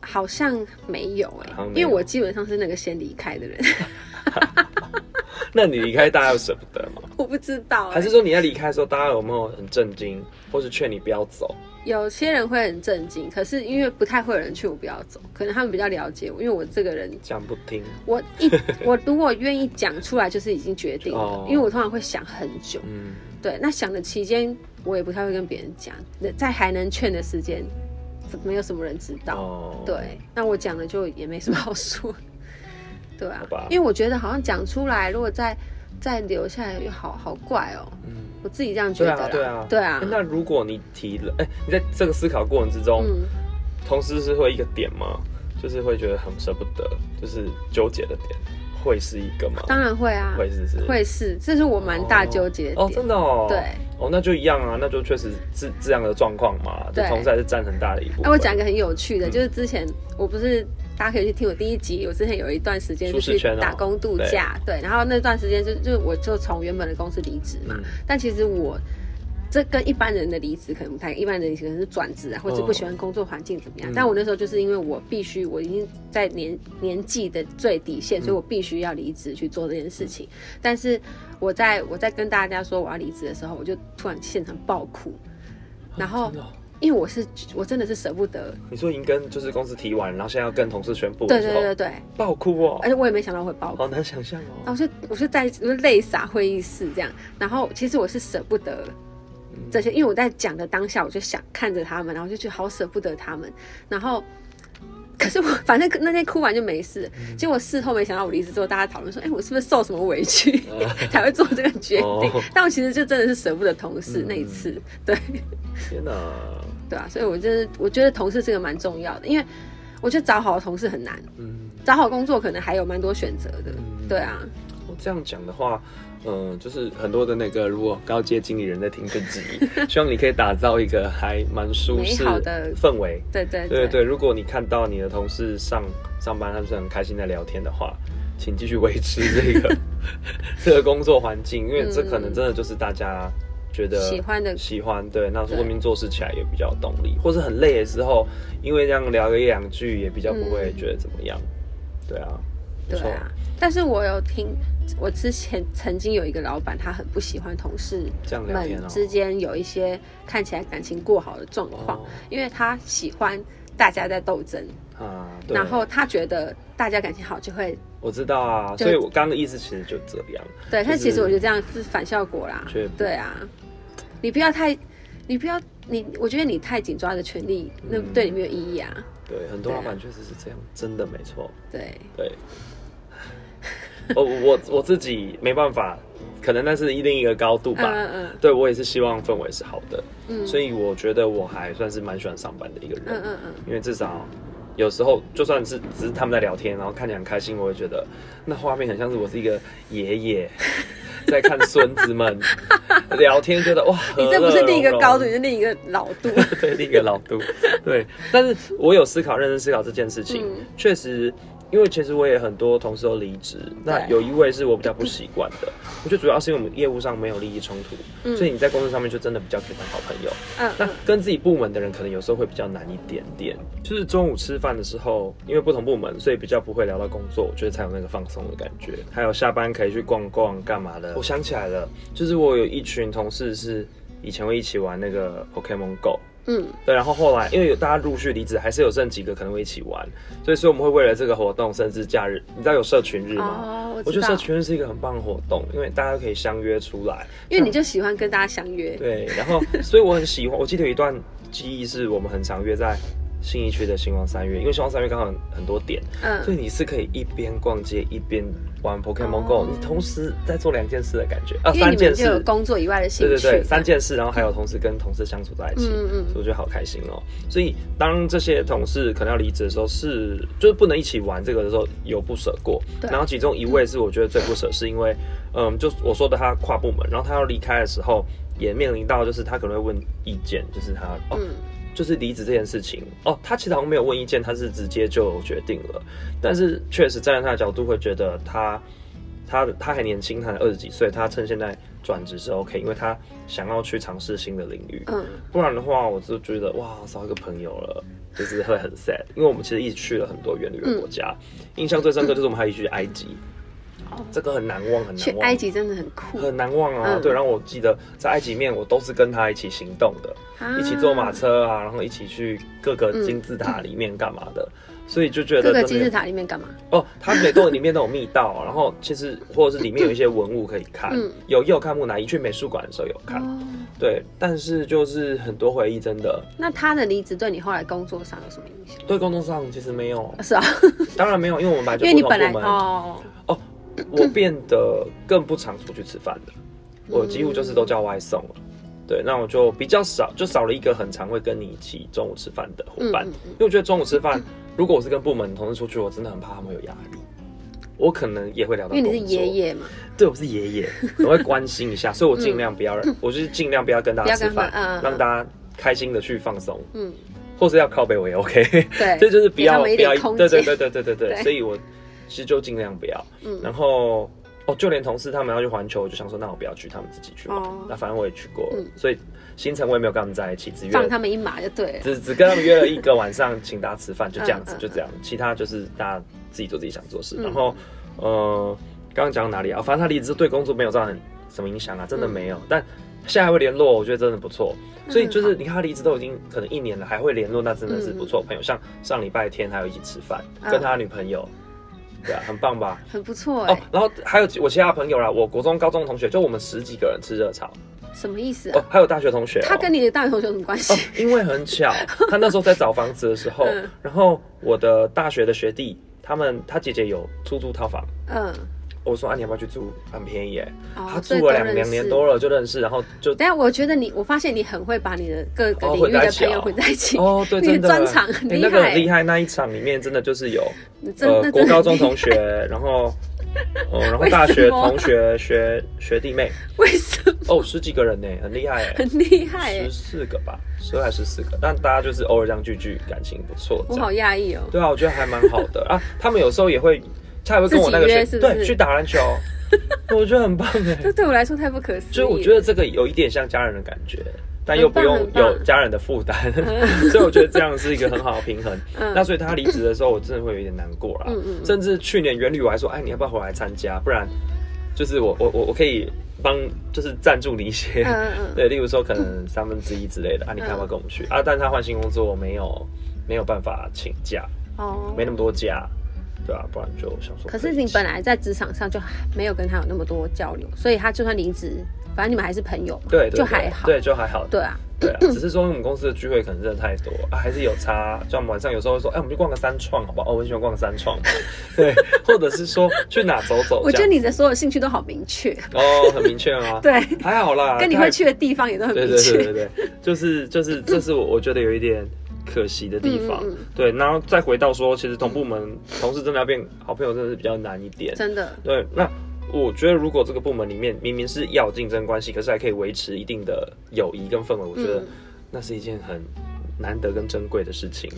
Speaker 2: 好像没有哎、
Speaker 1: 好像没
Speaker 2: 因
Speaker 1: 有
Speaker 2: 为我基本上是那个先离开的人， <laughs>
Speaker 1: 那你离开大家有舍不得吗？
Speaker 2: <laughs> 我不知道、
Speaker 1: 还
Speaker 2: 欸
Speaker 1: 是。说你在离开的时候，大家有没有很震惊，或是劝你不要走？
Speaker 2: 有些人会很震惊，可是因为不太会有人劝我不要走，可能他们比较了解我，因为我这个人
Speaker 1: 讲不听
Speaker 2: 我一 <laughs> 我如果愿意讲出来，就是已经决定了，
Speaker 1: 哦
Speaker 2: 因为我通常会想很久。
Speaker 1: 嗯，
Speaker 2: 对，那想的期间，我也不太会跟别人讲，那在还能劝的时间，没有什么人知道。
Speaker 1: 哦，，
Speaker 2: 对，那我讲了就也没什么好说。对啊
Speaker 1: 好吧，
Speaker 2: 因为我觉得好像讲出来，如果再再留下来，又好好怪哦。
Speaker 1: 嗯，
Speaker 2: 我自己这样觉
Speaker 1: 对啊，
Speaker 2: 得啦。
Speaker 1: 对啊，
Speaker 2: 对啊
Speaker 1: 诶那如果你提了，哎、你在这个思考过程之中，
Speaker 2: 嗯，
Speaker 1: 同时是会一个点吗？就是会觉得很舍不得，就是纠结的点，会是一个吗？
Speaker 2: 当然会啊，
Speaker 1: 会是是
Speaker 2: 会是，这是我蛮大纠结的
Speaker 1: 哦，
Speaker 2: 点。
Speaker 1: 真的哦，
Speaker 2: 对，
Speaker 1: 哦，那就一样啊，那就确实是这样的状况嘛，就
Speaker 2: 对
Speaker 1: 同时还是占很大的一部分。
Speaker 2: 哎、我讲一个很有趣
Speaker 1: 嗯
Speaker 2: 的，就是之前我不是大家可以去听我第一集，我之前有一段时间就
Speaker 1: 舒
Speaker 2: 去
Speaker 1: 适圈哦
Speaker 2: 打工度假，对，然后那段时间就就我就从原本的公司离职嘛，
Speaker 1: 嗯
Speaker 2: 但其实我。这跟一般人的离职可能不太，一般人可能是转职啊，或者是不喜欢工作环境怎么样。
Speaker 1: 嗯
Speaker 2: 但我那时候就是因为我必须，我已经在年年纪的最底线，
Speaker 1: 嗯
Speaker 2: 所以我必须要离职去做这件事情。但是我在我在跟大家说我要离职的时候，我就突然现场爆哭，然后
Speaker 1: 真的哦
Speaker 2: 因为我是我真的是舍不得，
Speaker 1: 你说已经跟就是公司提完，然后现在要跟同事宣布
Speaker 2: 对
Speaker 1: 的时
Speaker 2: 对
Speaker 1: 候，
Speaker 2: 对对，
Speaker 1: 爆哭哦
Speaker 2: 而，且我也没想到会爆哭，
Speaker 1: 好难想象
Speaker 2: 然后
Speaker 1: 哦。
Speaker 2: 我就我就在我就泪洒会议室这样，然后其实我是舍不得这些，因为我在讲的当下，我就想看着他们，然后就觉得好舍不得他们，然后。可是我反正那天哭完就没事，
Speaker 1: 嗯
Speaker 2: 结果事后没想到我离职之后，大家讨论说，哎、我是不是受什么
Speaker 1: <laughs>
Speaker 2: 委屈、才会做这个决定？
Speaker 1: 哦
Speaker 2: 但我其实就真的是舍不得同事、
Speaker 1: 嗯
Speaker 2: 那一次，对。
Speaker 1: 天哪，
Speaker 2: 对啊，所以我就是我觉得同事这个蛮重要的，因为我觉得找好的同事很难，
Speaker 1: 嗯，
Speaker 2: 找好工作可能还有蛮多选择的。
Speaker 1: 嗯
Speaker 2: 对啊，
Speaker 1: 我这样讲的话，嗯、就是很多的那个如果高阶经理人在听这集，
Speaker 2: <laughs>
Speaker 1: 希望你可以打造一个还蛮舒适
Speaker 2: 美好的
Speaker 1: 氛围。
Speaker 2: 对对
Speaker 1: 对对，如果你看到你的同事上上班，他们是很开心在聊天的话，请继续维持这
Speaker 2: <laughs>
Speaker 1: 个这个工作环境，因为这可能真的就是大家觉得
Speaker 2: 嗯喜欢的
Speaker 1: 喜欢。对，那说明做事起来也比较有动力，或是很累的时候，因为这样聊个一两句，也比较不会觉得怎么样。对啊，不
Speaker 2: 嗯对
Speaker 1: 错
Speaker 2: 啊，但是我有听，我之前曾经有一个老板，他很不喜欢同事
Speaker 1: 这样聊天
Speaker 2: 们
Speaker 1: 哦。
Speaker 2: 之间有一些看起来感情过好的状况，
Speaker 1: 哦
Speaker 2: 因为他喜欢大家在斗争，
Speaker 1: 啊，对
Speaker 2: 然后他觉得大家感情好就会
Speaker 1: 我知道啊，
Speaker 2: 就
Speaker 1: 所以我刚刚的意思其实就这样。
Speaker 2: 对，
Speaker 1: 就
Speaker 2: 但其实
Speaker 1: 是
Speaker 2: 我觉得这样是反效果啦
Speaker 1: 却。
Speaker 2: 对啊，你不要太，你不要你，我觉得你太紧抓着权力，那
Speaker 1: 嗯
Speaker 2: 对你没有意义啊。
Speaker 1: 对，很多
Speaker 2: 对啊
Speaker 1: 老板确实是这样，真的没错。
Speaker 2: 对，
Speaker 1: 对， <laughs> 我我我自己没办法，可能那是另一个高度吧。
Speaker 2: 嗯嗯
Speaker 1: 对我也是希望氛围是好的，
Speaker 2: 嗯
Speaker 1: 所以我觉得我还算是蛮喜欢上班的一个人，
Speaker 2: 嗯嗯嗯，
Speaker 1: 因为至少。有时候就算是只是他们在聊天，然后看起来很开心，我也觉得那画面很像是我是一个爷爷 <laughs> 在看孙子
Speaker 2: <laughs>
Speaker 1: 们聊天，觉得哇，
Speaker 2: 你这不是另一个高度，
Speaker 1: 度。
Speaker 2: 你是另一个老
Speaker 1: <laughs>
Speaker 2: 度。
Speaker 1: 对，另一个老杜，对。但是我有思考，认真思考这件事情
Speaker 2: 嗯，
Speaker 1: 确、实，因为其实我也很多同事都离职，那有一位是我比较不习惯的，我觉得主要是因为我们业务上没有利益冲突，所以你在工作上面就真的比较可以当好朋友。
Speaker 2: 嗯
Speaker 1: 那
Speaker 2: 嗯
Speaker 1: 跟自己部门的人可能有时候会比较难一点点，就是中午吃饭的时候，因为不同部门，所以比较不会聊到工作，我觉得才有那个放松的感觉。还有下班可以去逛逛干嘛的。我想起来了，就是我有一群同事是以前会一起玩那个 Pokemon Go，
Speaker 2: 嗯，
Speaker 1: 对，然后后来因为有大家陆续离职，还是有剩几个可能会一起玩，所以所以我们会为了这个活动，甚至假日，你知道有社群日吗？
Speaker 2: 哦，我
Speaker 1: 我觉
Speaker 2: 知
Speaker 1: 得
Speaker 2: 道
Speaker 1: 社，群日是一个很棒的活动，因为大家可以相约出来，
Speaker 2: 因为你就喜欢跟大家相约，
Speaker 1: 嗯对，然后所以我很喜欢，我记得有一段记忆是我们很常约在信义区的星光三月，因为星光三月刚好很很多点，所
Speaker 2: 嗯，
Speaker 1: 以你是可以一边逛街一边玩 Pokemon
Speaker 2: 哦
Speaker 1: Go，、你同时在做两件事的感觉啊，
Speaker 2: 因为
Speaker 1: 三
Speaker 2: 你们
Speaker 1: 件
Speaker 2: 就有
Speaker 1: 事，
Speaker 2: 工作以外的兴
Speaker 1: 对
Speaker 2: 趣，
Speaker 1: 对对，三
Speaker 2: 这
Speaker 1: 件
Speaker 2: 样，
Speaker 1: 事，然后还有同时跟同事相处在一起，
Speaker 2: 嗯嗯
Speaker 1: 所以我觉得好开心哦。所以当这些同事可能要离职的时候是，就是不能一起玩这个的时候有不舍过。
Speaker 2: 对
Speaker 1: 然后其中一位是我觉得最不舍，是因为嗯，就我说的他跨部门，然后他要离开的时候。也面临到，就是他可能会问意见，就是他哦，
Speaker 2: 嗯，
Speaker 1: 就是离职这件事情哦，他其实好像没有问意见，他是直接就决定了。但是确实站在他的角度，会觉得他他他还年轻，他才二十几岁，他趁现在转职是 OK，因为他想要去尝试新的领域。
Speaker 2: 嗯，
Speaker 1: 不然的话，我就觉得哇，少一个朋友了，就是会很 sad。因为我们其实一起去了很多远的远国家，印象最深刻就是我们还一起去埃及，
Speaker 2: 嗯哦
Speaker 1: 这个很难忘，很
Speaker 2: 去
Speaker 1: 难忘。
Speaker 2: 埃及真的很酷，
Speaker 1: 很难忘啊，
Speaker 2: 嗯
Speaker 1: 对。然后我记得在埃及面，我都是跟他一起行动的。
Speaker 2: 啊
Speaker 1: 一起坐马，车啊，然后一起去各个金字塔里面干嘛的，所以就觉
Speaker 2: 嗯
Speaker 1: 得
Speaker 2: 各个
Speaker 1: 真
Speaker 2: 金
Speaker 1: 的
Speaker 2: 字塔里面干嘛？
Speaker 1: 哦，它每栋里面都有密道，然后其实或者是里面有一些文物可以看，
Speaker 2: 嗯
Speaker 1: 有也有看木乃伊，去美术馆的时候有看，
Speaker 2: 哦，
Speaker 1: 对，但是就是很多回忆真的
Speaker 2: 那他的离职对你后来工作上有什么影响？
Speaker 1: 对工作上其实没有，
Speaker 2: 是啊，
Speaker 1: 当然没有，因为我们本
Speaker 2: 因
Speaker 1: 来
Speaker 2: 为
Speaker 1: 就
Speaker 2: 你
Speaker 1: 不
Speaker 2: 本
Speaker 1: 同
Speaker 2: 来
Speaker 1: 部门，
Speaker 2: 哦，
Speaker 1: 我变得更不常出去吃饭了，我几乎就是都叫外送了。对，那我就比较少，就少了一个很常会跟你一起中午吃饭的伙
Speaker 2: 嗯
Speaker 1: 伴。
Speaker 2: 嗯嗯
Speaker 1: 因为我觉得中午吃饭，如果我是跟部门同事出去，我真的很怕他们有压力。我可能也会聊到，
Speaker 2: 因为你是爷，爷嘛，
Speaker 1: 对，我是爷爷，我会关心一下，所以我尽量不要，我就是尽量不要跟大家
Speaker 2: 嗯不
Speaker 1: 吃
Speaker 2: 要跟他
Speaker 1: 饭
Speaker 2: 们，嗯嗯嗯
Speaker 1: 让大家开心的去放松，
Speaker 2: 嗯，
Speaker 1: 或是要靠背我也 OK，
Speaker 2: 对，
Speaker 1: <laughs> 这就是不
Speaker 2: 给他
Speaker 1: 要
Speaker 2: 们一
Speaker 1: 不
Speaker 2: 点
Speaker 1: 要，
Speaker 2: 空
Speaker 1: 对对
Speaker 2: 间
Speaker 1: 对对对对对，
Speaker 2: 对
Speaker 1: 所以我其实就尽量不要。然
Speaker 2: 嗯，
Speaker 1: 后哦，就连同事他们要去环球，我就想说，那我不要去，他们自己去玩。
Speaker 2: 哦
Speaker 1: 那反正我也去过，
Speaker 2: 嗯
Speaker 1: 所以行程我也没有跟他们在一起，只约
Speaker 2: 放他们一马就对了，
Speaker 1: 只只跟他们约了一个晚上，请大家吃饭，就这样子，
Speaker 2: 嗯嗯
Speaker 1: 就这样。其他就是大家自己做自己想做的事。
Speaker 2: 嗯
Speaker 1: 然后，呃，刚刚讲到哪里啊？反正他离职对工作没有造成什么影响啊，真的
Speaker 2: 嗯
Speaker 1: 没有。但现在还会联络，我觉得真的不错。所以
Speaker 2: 嗯
Speaker 1: 就是
Speaker 2: 好
Speaker 1: 你看他离职都已经可能一年了，还会联络，那真的是不错的朋友。像上礼拜天还有一起吃饭，
Speaker 2: 嗯
Speaker 1: 跟他女朋友，对啊，很棒吧？
Speaker 2: 很不错
Speaker 1: 哦
Speaker 2: 哎，，
Speaker 1: 然后还有几我其他朋友啦，我国中、高中同学，就我们十几个人吃热炒
Speaker 2: 什么意思
Speaker 1: 哦
Speaker 2: 啊？，
Speaker 1: 还有大学同学哦、
Speaker 2: 他跟你的大学同学有什么关系
Speaker 1: 哦？，因为很
Speaker 2: <laughs>
Speaker 1: 巧，他那时候在找房子的时候，
Speaker 2: 嗯
Speaker 1: 然后我的大学的学弟，他们他姐姐有出租套房，
Speaker 2: 嗯，
Speaker 1: 我说啊你要不要去住，很便宜耶，他
Speaker 2: 哦，
Speaker 1: 住
Speaker 2: 所以都
Speaker 1: 了两
Speaker 2: 认
Speaker 1: 两年
Speaker 2: 识
Speaker 1: 多了就认识，然后
Speaker 2: <laughs>
Speaker 1: 就
Speaker 2: 等一下，我觉得你，我发现你很会把你的各个
Speaker 1: 哦
Speaker 2: 领域的朋友
Speaker 1: 混
Speaker 2: 混在一起，
Speaker 1: 哦对，
Speaker 2: <laughs> 你的
Speaker 1: 真的哎
Speaker 2: 专场很
Speaker 1: 你
Speaker 2: 厉
Speaker 1: 那个很厉
Speaker 2: 害，
Speaker 1: 害，那一场里面真的就是有
Speaker 2: 你 <laughs> 真
Speaker 1: 呃
Speaker 2: 的
Speaker 1: 国
Speaker 2: 真的
Speaker 1: 高中
Speaker 2: 很厉害
Speaker 1: 同学，然后哦然后
Speaker 2: 为
Speaker 1: 大
Speaker 2: 什
Speaker 1: 学
Speaker 2: 么
Speaker 1: 同学学学弟妹，
Speaker 2: <laughs> 为什么
Speaker 1: 哦十几个人呢，很厉害耶。
Speaker 2: 很厉害、
Speaker 1: 十
Speaker 2: 欸？
Speaker 1: 四个吧，十还是十四个？但大家就是偶尔这样聚聚，感情不错。这
Speaker 2: 我
Speaker 1: 样。
Speaker 2: 好讶异哦。
Speaker 1: 对啊，我觉得还蛮好的啊。他们有时候也会，他也会跟我那个
Speaker 2: 自己
Speaker 1: 学
Speaker 2: 约是不是
Speaker 1: 对去打篮
Speaker 2: <laughs>
Speaker 1: 球，我觉得很棒哎。
Speaker 2: <laughs> 这对我来说太不可思议了。
Speaker 1: 所以我觉得这个有一点像家人的感觉，但又不用
Speaker 2: 很棒很
Speaker 1: 有
Speaker 2: 棒
Speaker 1: 家人的负担，
Speaker 2: <laughs>
Speaker 1: 所以我觉得这样是一个很好的平衡。
Speaker 2: 嗯
Speaker 1: 那所以他离职的时候，我真的会有一点难过啦。
Speaker 2: 嗯嗯嗯
Speaker 1: 甚至去年元旅我还说，哎，你要不要回来参加？不然就是我我我我可以帮，就是赞助你一些。
Speaker 2: 嗯嗯嗯，
Speaker 1: <laughs> 对，例如说可能三分之一之类的啊，你看要不要跟我们去、啊？但是他换新工作，我没有没有办法请假，
Speaker 2: 哦，
Speaker 1: 没那么多家，对啊，不然就想说。
Speaker 2: 可是你本来在职场上就没有跟他有那么多交流，所以他就算离职，反正你们还是朋友嘛，
Speaker 1: 对对对
Speaker 2: 就还好。
Speaker 1: 对就还好，
Speaker 2: 对啊，
Speaker 1: 对
Speaker 2: <laughs>
Speaker 1: 啊，只是说我们公司的聚会可能真的太多啊，还是有差。就我们晚上有时候会说，哎、我们去逛个三创好不好？哦，我很喜欢逛三
Speaker 2: <laughs>
Speaker 1: 创，对，或者是说去哪走走。
Speaker 2: 我觉 <laughs> 得
Speaker 1: 这样
Speaker 2: 你的所有兴趣都好明确，
Speaker 1: 哦，很明确啊，
Speaker 2: 对，
Speaker 1: 还好啦，
Speaker 2: <laughs> 跟你
Speaker 1: 太
Speaker 2: 会去的地方也都很
Speaker 1: 对
Speaker 2: 明
Speaker 1: 对对对
Speaker 2: 确。
Speaker 1: 对，就是就是，这是我我觉得有一点可惜的地方。
Speaker 2: 嗯嗯
Speaker 1: 对，然后再回到说，其实同部门同事真的要变好朋友，真的是比较难一点。
Speaker 2: <laughs> 真的，
Speaker 1: 对，那我觉得如果这个部门里面明明是要有竞争关系，可是还可以维持一定的友谊跟氛围，我觉得
Speaker 2: 嗯
Speaker 1: 那是一件很。难得跟珍贵的事情，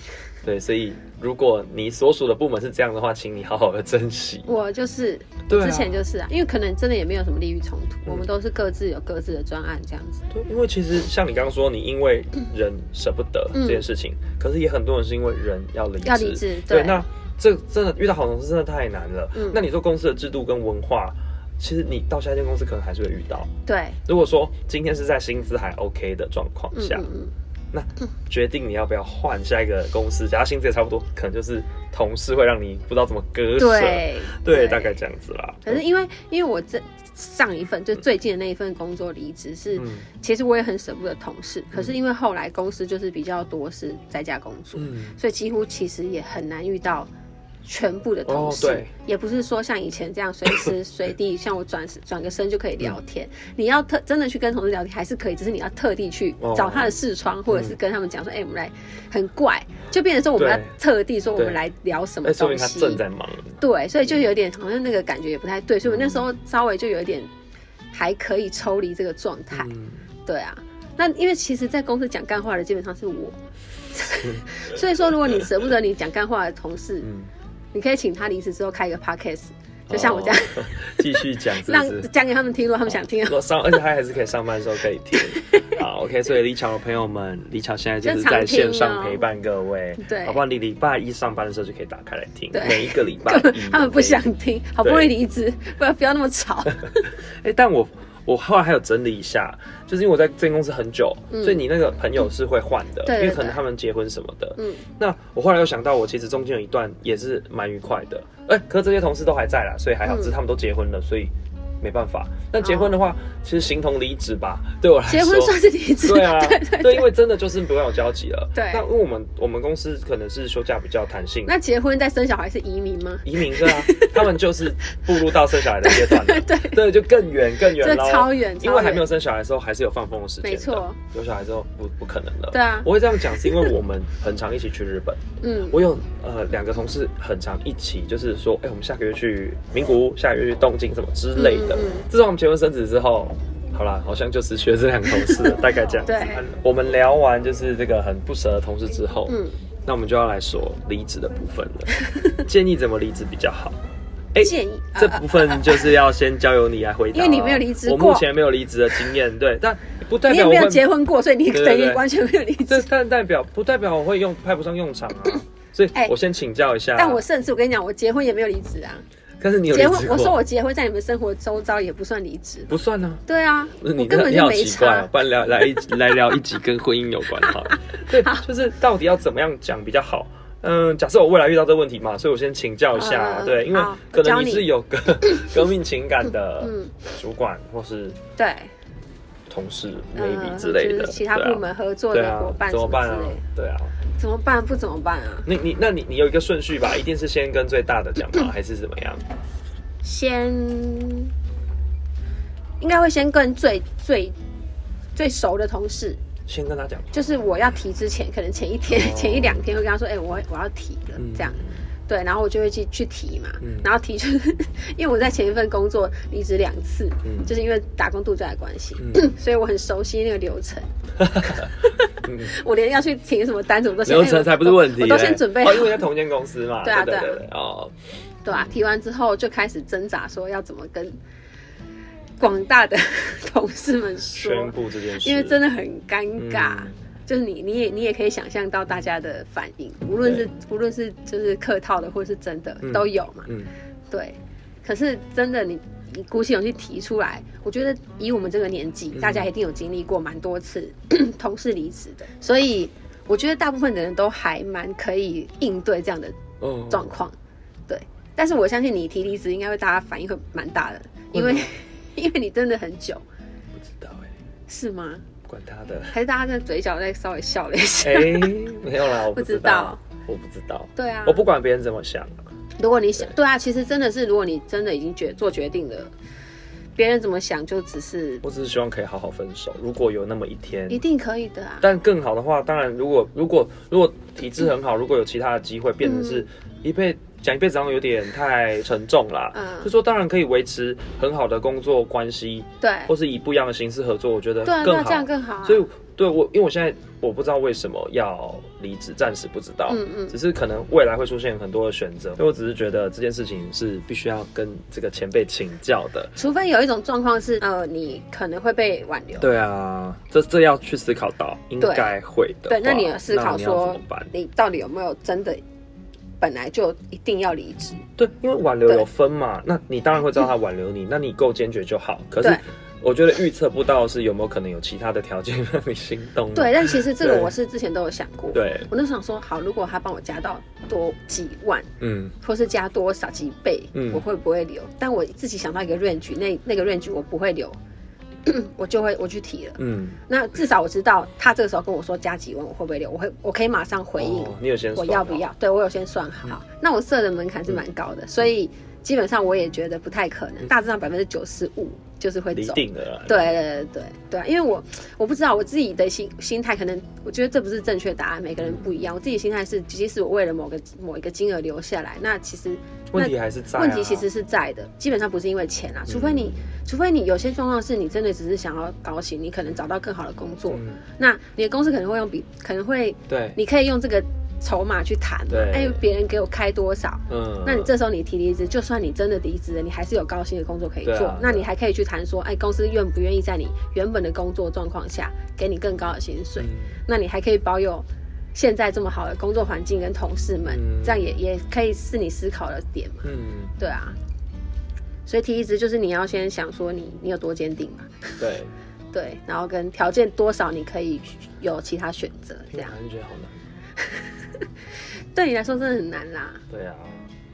Speaker 1: 对，所以如果你所属的部门是这样的话，请你好好的珍惜。
Speaker 2: 我就是
Speaker 1: 对啊嗯
Speaker 2: 之前就是啊，因为可能真的也没有什么利益冲突，我们都是各自有各自的专案这样子。
Speaker 1: 对，因为其实像你刚刚说，你因为人舍不得这件事情，可是也很多人是因为人要离职，
Speaker 2: 嗯要离职
Speaker 1: 对，
Speaker 2: 对
Speaker 1: 那这真的遇到好同事真的太难了。
Speaker 2: 嗯
Speaker 1: 那你说公司的制度跟文化，其实你到下一间公司可能还是会遇到。
Speaker 2: 对，
Speaker 1: 如果说今天是在薪资还 OK 的状况
Speaker 2: 嗯
Speaker 1: 下，
Speaker 2: 嗯嗯，
Speaker 1: 那决定你要不要换下一个公司，加薪资也差不多，可能就是同事会让你不知道怎么割舍，
Speaker 2: 对
Speaker 1: 对，大概这样子啦。
Speaker 2: 可是因为因为我这上一份就最近的那一份工作离职是，
Speaker 1: 嗯
Speaker 2: 其实我也很舍不得同事，可是因为后来公司就是比较多是在家工作，
Speaker 1: 嗯，
Speaker 2: 所以几乎其实也很难遇到全部的同事，
Speaker 1: 哦对
Speaker 2: 也不是说像以前这样随时
Speaker 1: <laughs>
Speaker 2: 随地，像我转转个身就可以聊天。你要特真的去跟同事聊天还是可以，只是你要特地去
Speaker 1: 嗯哦
Speaker 2: 找他的视窗，或者是跟他们讲说，哎、我们来很怪，就变成说我们
Speaker 1: 对
Speaker 2: 要特地说我们
Speaker 1: 对
Speaker 2: 来聊什
Speaker 1: 那
Speaker 2: 么
Speaker 1: 哎说明
Speaker 2: 嗯东
Speaker 1: 他
Speaker 2: 西。
Speaker 1: 正在忙，
Speaker 2: 对，所以就有点好像那个感觉也不太对，所以我那时候
Speaker 1: 嗯
Speaker 2: 稍微就有一点还可以抽离这个状态。
Speaker 1: 嗯，
Speaker 2: 对啊，那因为其实，在公司讲干话的基本上
Speaker 1: <laughs>
Speaker 2: 是我，所以说如果你舍不得你讲干话的同事，
Speaker 1: 嗯
Speaker 2: 你可以请他离职之后开一个 podcast，就像我这样，
Speaker 1: 哦继续讲，是不
Speaker 2: 让
Speaker 1: 是？哦
Speaker 2: 讲给他们听，如果他们想听啊
Speaker 1: 如。果上，而且他还是可以上班的时候可以
Speaker 2: <laughs>
Speaker 1: 听。好，OK，所以李巧的朋友们，李巧现在就是在线上陪伴各位，
Speaker 2: 对
Speaker 1: 好不好？你礼拜一上班的时候就可以打开来听
Speaker 2: 对，
Speaker 1: 每一个礼拜
Speaker 2: <laughs> 根本
Speaker 1: 一。
Speaker 2: 他们不想听，好不
Speaker 1: 对
Speaker 2: 容易离职，不要不要那么
Speaker 1: <laughs>
Speaker 2: 吵。
Speaker 1: 哎、但我我后来还有整理一下，就是因为我在这间公司很久，
Speaker 2: 嗯
Speaker 1: 所以你那个朋友是会换的，
Speaker 2: 对对
Speaker 1: 因为可能
Speaker 2: 对
Speaker 1: 他们结婚什么的。
Speaker 2: 嗯，
Speaker 1: 那我后来又想到，我其实中间有一段也是蛮愉快的。哎、可是这些同事都还在啦，所以还好，
Speaker 2: 嗯哦
Speaker 1: 只是他们都结婚了，所以没办法。但结婚的话，其实形同离职吧，对我来说。
Speaker 2: 结婚算是离职，，
Speaker 1: 对啊
Speaker 2: <laughs> 对对
Speaker 1: <laughs> 对，因为真的就是不会有交集了。
Speaker 2: 对
Speaker 1: 那因为我们我们公司可能是休假比较弹性，
Speaker 2: 那结婚再生小孩是移民吗？
Speaker 1: 移民对啊，他们就是步入到生小孩的阶段了，
Speaker 2: <laughs> 对，
Speaker 1: 对，就更远更远
Speaker 2: 这
Speaker 1: 喽。
Speaker 2: 超远，
Speaker 1: 因为
Speaker 2: 超
Speaker 1: 还没有
Speaker 2: 远。
Speaker 1: 生小孩的时候，还是有放风的时间的。
Speaker 2: 没错，
Speaker 1: 有小孩之后不不可能了。
Speaker 2: 对啊
Speaker 1: 我会这样讲是因为我们很常一起去日本。
Speaker 2: 嗯，
Speaker 1: 我有呃两个同事很常一起，就是说，哎、我们下个月去名古屋，下个月去东京什么之类的。
Speaker 2: 嗯嗯嗯
Speaker 1: 自从我们结婚生子之后，好啦，好像就失去了这两个同事了，大概这样子
Speaker 2: 对。
Speaker 1: 我们聊完就是这个很不舍的同事之后，
Speaker 2: 嗯
Speaker 1: 那我们就要来说离职的部分
Speaker 2: <laughs>
Speaker 1: 了。建议怎么离职比较好？哎
Speaker 2: 建议
Speaker 1: 这部分就是要先交由你来回答啊，
Speaker 2: 因为你没有离职
Speaker 1: 我
Speaker 2: 过
Speaker 1: 目前没有离职的经验，对，但不代
Speaker 2: 你也
Speaker 1: 表我
Speaker 2: 没有
Speaker 1: 会，
Speaker 2: 结婚过，所以你
Speaker 1: 对对
Speaker 2: 等于
Speaker 1: 对
Speaker 2: 完全没有离
Speaker 1: 这
Speaker 2: 职。
Speaker 1: 但代表不代表我会用派不上用
Speaker 2: <clears throat>
Speaker 1: 场啊，所以
Speaker 2: 哎
Speaker 1: 我先请教一下。
Speaker 2: 但我甚至我跟你讲，我结婚也没有离职啊。
Speaker 1: 但啊是你有离
Speaker 2: 结
Speaker 1: 职
Speaker 2: 婚，
Speaker 1: 过？
Speaker 2: 我说我结婚在你们生活周遭也不算离职。
Speaker 1: 不算啊，
Speaker 2: 对啊，
Speaker 1: 那
Speaker 2: 我
Speaker 1: 你
Speaker 2: 根
Speaker 1: 这
Speaker 2: 本
Speaker 1: 你
Speaker 2: 就
Speaker 1: 好
Speaker 2: 没
Speaker 1: 奇怪
Speaker 2: 差
Speaker 1: 哦。，不然聊来一集来聊一集跟婚姻有关
Speaker 2: <laughs>
Speaker 1: 哈。对，就是到底要怎么样讲比较好？嗯，假设我未来遇到这个问题嘛，所以我先请教一下，啊
Speaker 2: 嗯嗯
Speaker 1: 对，因为
Speaker 2: 好
Speaker 1: 可
Speaker 2: 教
Speaker 1: 能
Speaker 2: 你
Speaker 1: 你是有
Speaker 2: <laughs>
Speaker 1: 革革命情感的
Speaker 2: 嗯
Speaker 1: 主管或是
Speaker 2: 对，
Speaker 1: 同事
Speaker 2: 嗯
Speaker 1: maybe，之类
Speaker 2: 就
Speaker 1: 的，
Speaker 2: 是其他
Speaker 1: 对啊
Speaker 2: 部门合作
Speaker 1: 对
Speaker 2: 的
Speaker 1: 啊
Speaker 2: 伙伴，
Speaker 1: 怎
Speaker 2: 什
Speaker 1: 么
Speaker 2: 么
Speaker 1: 办
Speaker 2: 之
Speaker 1: 啊
Speaker 2: 类的，？
Speaker 1: 对啊，
Speaker 2: 怎么办？不怎么办啊？
Speaker 1: 你你那你你有一个顺序吧，一定是先跟最大的讲
Speaker 2: <laughs>
Speaker 1: 吗？还是怎么样？
Speaker 2: 先应该会先跟最最最熟的同事，
Speaker 1: 先跟他讲，
Speaker 2: 就是我要提之前，可能前一天、
Speaker 1: 哦
Speaker 2: <laughs> 前一两天会跟他说，哎、我我要提了，
Speaker 1: 嗯
Speaker 2: 这样。对，然后我就会去去提嘛，
Speaker 1: 嗯
Speaker 2: 然后提就是 <laughs> 因为我在前一份工作离职两次，
Speaker 1: 嗯
Speaker 2: 就是因为打工度假的关系，
Speaker 1: 嗯
Speaker 2: <clears throat> 所以我很熟悉那个流
Speaker 1: <laughs>
Speaker 2: 程。 <laughs> 我连要去填什么单什么都先
Speaker 1: 嗯流
Speaker 2: 哎
Speaker 1: 程
Speaker 2: 我
Speaker 1: 才不是问题
Speaker 2: 我
Speaker 1: 嘞，
Speaker 2: 都先准备好
Speaker 1: 哦，因为在同一间公司嘛，
Speaker 2: 对啊
Speaker 1: 对
Speaker 2: 对啊
Speaker 1: 对，哦，
Speaker 2: 对啊，提完之后就开始挣扎，说要怎么跟广大的 <laughs> 同事们说，
Speaker 1: 宣布这件事，
Speaker 2: 因为真的很尴尬。
Speaker 1: 嗯
Speaker 2: 就是你，你也你也可以想象到大家的反应，无论是无论是就是客套的，或是真的、
Speaker 1: 嗯
Speaker 2: 都有嘛。
Speaker 1: 嗯，
Speaker 2: 对，可是真的你你鼓起勇气提出来，我觉得以我们这个年纪，
Speaker 1: 嗯
Speaker 2: 大家一定有经历过蛮多次 <clears throat> 同事离职的，所以我觉得大部分的人都还蛮可以应对这样的
Speaker 1: 哦，
Speaker 2: 状况。对，但是我相信你提离职，应该会大家反应会蛮大的，因为
Speaker 1: 会吗
Speaker 2: <laughs> 因为你真的很久，
Speaker 1: 不知道哎，
Speaker 2: 是吗？
Speaker 1: 管他的， <laughs>
Speaker 2: 还是大家在嘴角再稍微笑了一下？
Speaker 1: 哎，没有啦，我不知道，我不知道，
Speaker 2: 对啊，
Speaker 1: 我不管别人怎么想，
Speaker 2: 如果你想，对啊，其实真的是，如果你真的已经决做决定了，别人怎么想就只是
Speaker 1: 我只是希望可以好好分手，如果有那么一天
Speaker 2: 一。定可以的啊。
Speaker 1: 但更好的话，当然，如果如果如果体质很好，如果有其他的机会，变成
Speaker 2: 嗯
Speaker 1: 是一辈讲一辈子，好像有点太沉重啦。
Speaker 2: 嗯
Speaker 1: 就说当然可以维持很好的工作关系，
Speaker 2: 对，
Speaker 1: 或是以不一样的形式合作，我觉得
Speaker 2: 对啊，
Speaker 1: 更
Speaker 2: 那
Speaker 1: 好。
Speaker 2: 这样更好啊。
Speaker 1: 所以对我，因为我现在我不知道为什么要离职，暂时不知道，
Speaker 2: 嗯嗯
Speaker 1: 只是可能未来会出现很多的选择。所以我只是觉得这件事情是必须要跟这个前辈请教的。
Speaker 2: 除非有一种状况是，呃，你可能会被挽留，
Speaker 1: 对啊，这这要去思考到，应
Speaker 2: 对
Speaker 1: 该会的话。
Speaker 2: 对，那你有思
Speaker 1: 啊
Speaker 2: 考
Speaker 1: 那你要怎
Speaker 2: 说
Speaker 1: 么办？
Speaker 2: 你到底有没有真的本来就一定要离
Speaker 1: 嗯
Speaker 2: 职？
Speaker 1: 对，因为挽留
Speaker 2: 对
Speaker 1: 有分嘛，那你当然会知道他挽留你，那你够坚决就好。可是
Speaker 2: 对
Speaker 1: 我觉得预测不到是有没有可能有其他的条件让你心动。
Speaker 2: 对，，但其实这个
Speaker 1: 对
Speaker 2: 我是之前都有想过。
Speaker 1: 对，
Speaker 2: 我那时候想说，好，如果他帮我加到多几万，
Speaker 1: 嗯
Speaker 2: 或是加多少几倍，
Speaker 1: 嗯
Speaker 2: 我会不会留？但我自己想到一个 range，那那个 range 我不会留， <coughs> 我就会我去提了。
Speaker 1: 嗯，
Speaker 2: 那至少我知道他这个时候跟我说加几万，我会不会留？我会我可以马上回应，
Speaker 1: 哦你有先
Speaker 2: 我
Speaker 1: 算
Speaker 2: 要不
Speaker 1: 好？嗯
Speaker 2: 要？对我有先算好。那我设的门槛是蛮高的，所以基本上我也觉得不太可
Speaker 1: 嗯
Speaker 2: 能，大致上百分之九十五就是会
Speaker 1: 离
Speaker 2: 走。
Speaker 1: 定了啦。啊
Speaker 2: 对对对对对，因为我我不知道我自己的心心态，可能我觉得这不是正确答案，每个人不一样。我自己心态是，即使我为了某个某一个金额留下来，那其实
Speaker 1: 问题还是在、啊。嗯
Speaker 2: 问题其实是在的，基本上不是因为钱啊，除非你，除非你有些状况是你真的只是想要高薪，你可能找到更好的工作，
Speaker 1: 嗯
Speaker 2: 那你的公司可能会用比，可能会
Speaker 1: 对，
Speaker 2: 你可以用这个筹码去谈嘛
Speaker 1: 对，
Speaker 2: 哎，别人给我开多少，
Speaker 1: 嗯，
Speaker 2: 那你这时候你提离职，就算你真的离职了，你还是有高薪的工作可以
Speaker 1: 对啊
Speaker 2: 做，
Speaker 1: 对啊
Speaker 2: 那你还可以去谈说，哎，公司愿不愿意在你原本的工作状况下给你更高的薪水？
Speaker 1: 嗯
Speaker 2: 那你还可以保有现在这么好的工作环境跟同事们，
Speaker 1: 嗯
Speaker 2: 这样也也可以是你思考的点嘛？
Speaker 1: 嗯，
Speaker 2: 对啊，所以提离职就是你要先想说你你有多坚定嘛，
Speaker 1: 对，
Speaker 2: 对，然后跟条件多少你可以有其他选择， <laughs> 这
Speaker 1: 听
Speaker 2: 样
Speaker 1: 完就觉得好难。
Speaker 2: 对你来说真的很难啦。
Speaker 1: 对啊，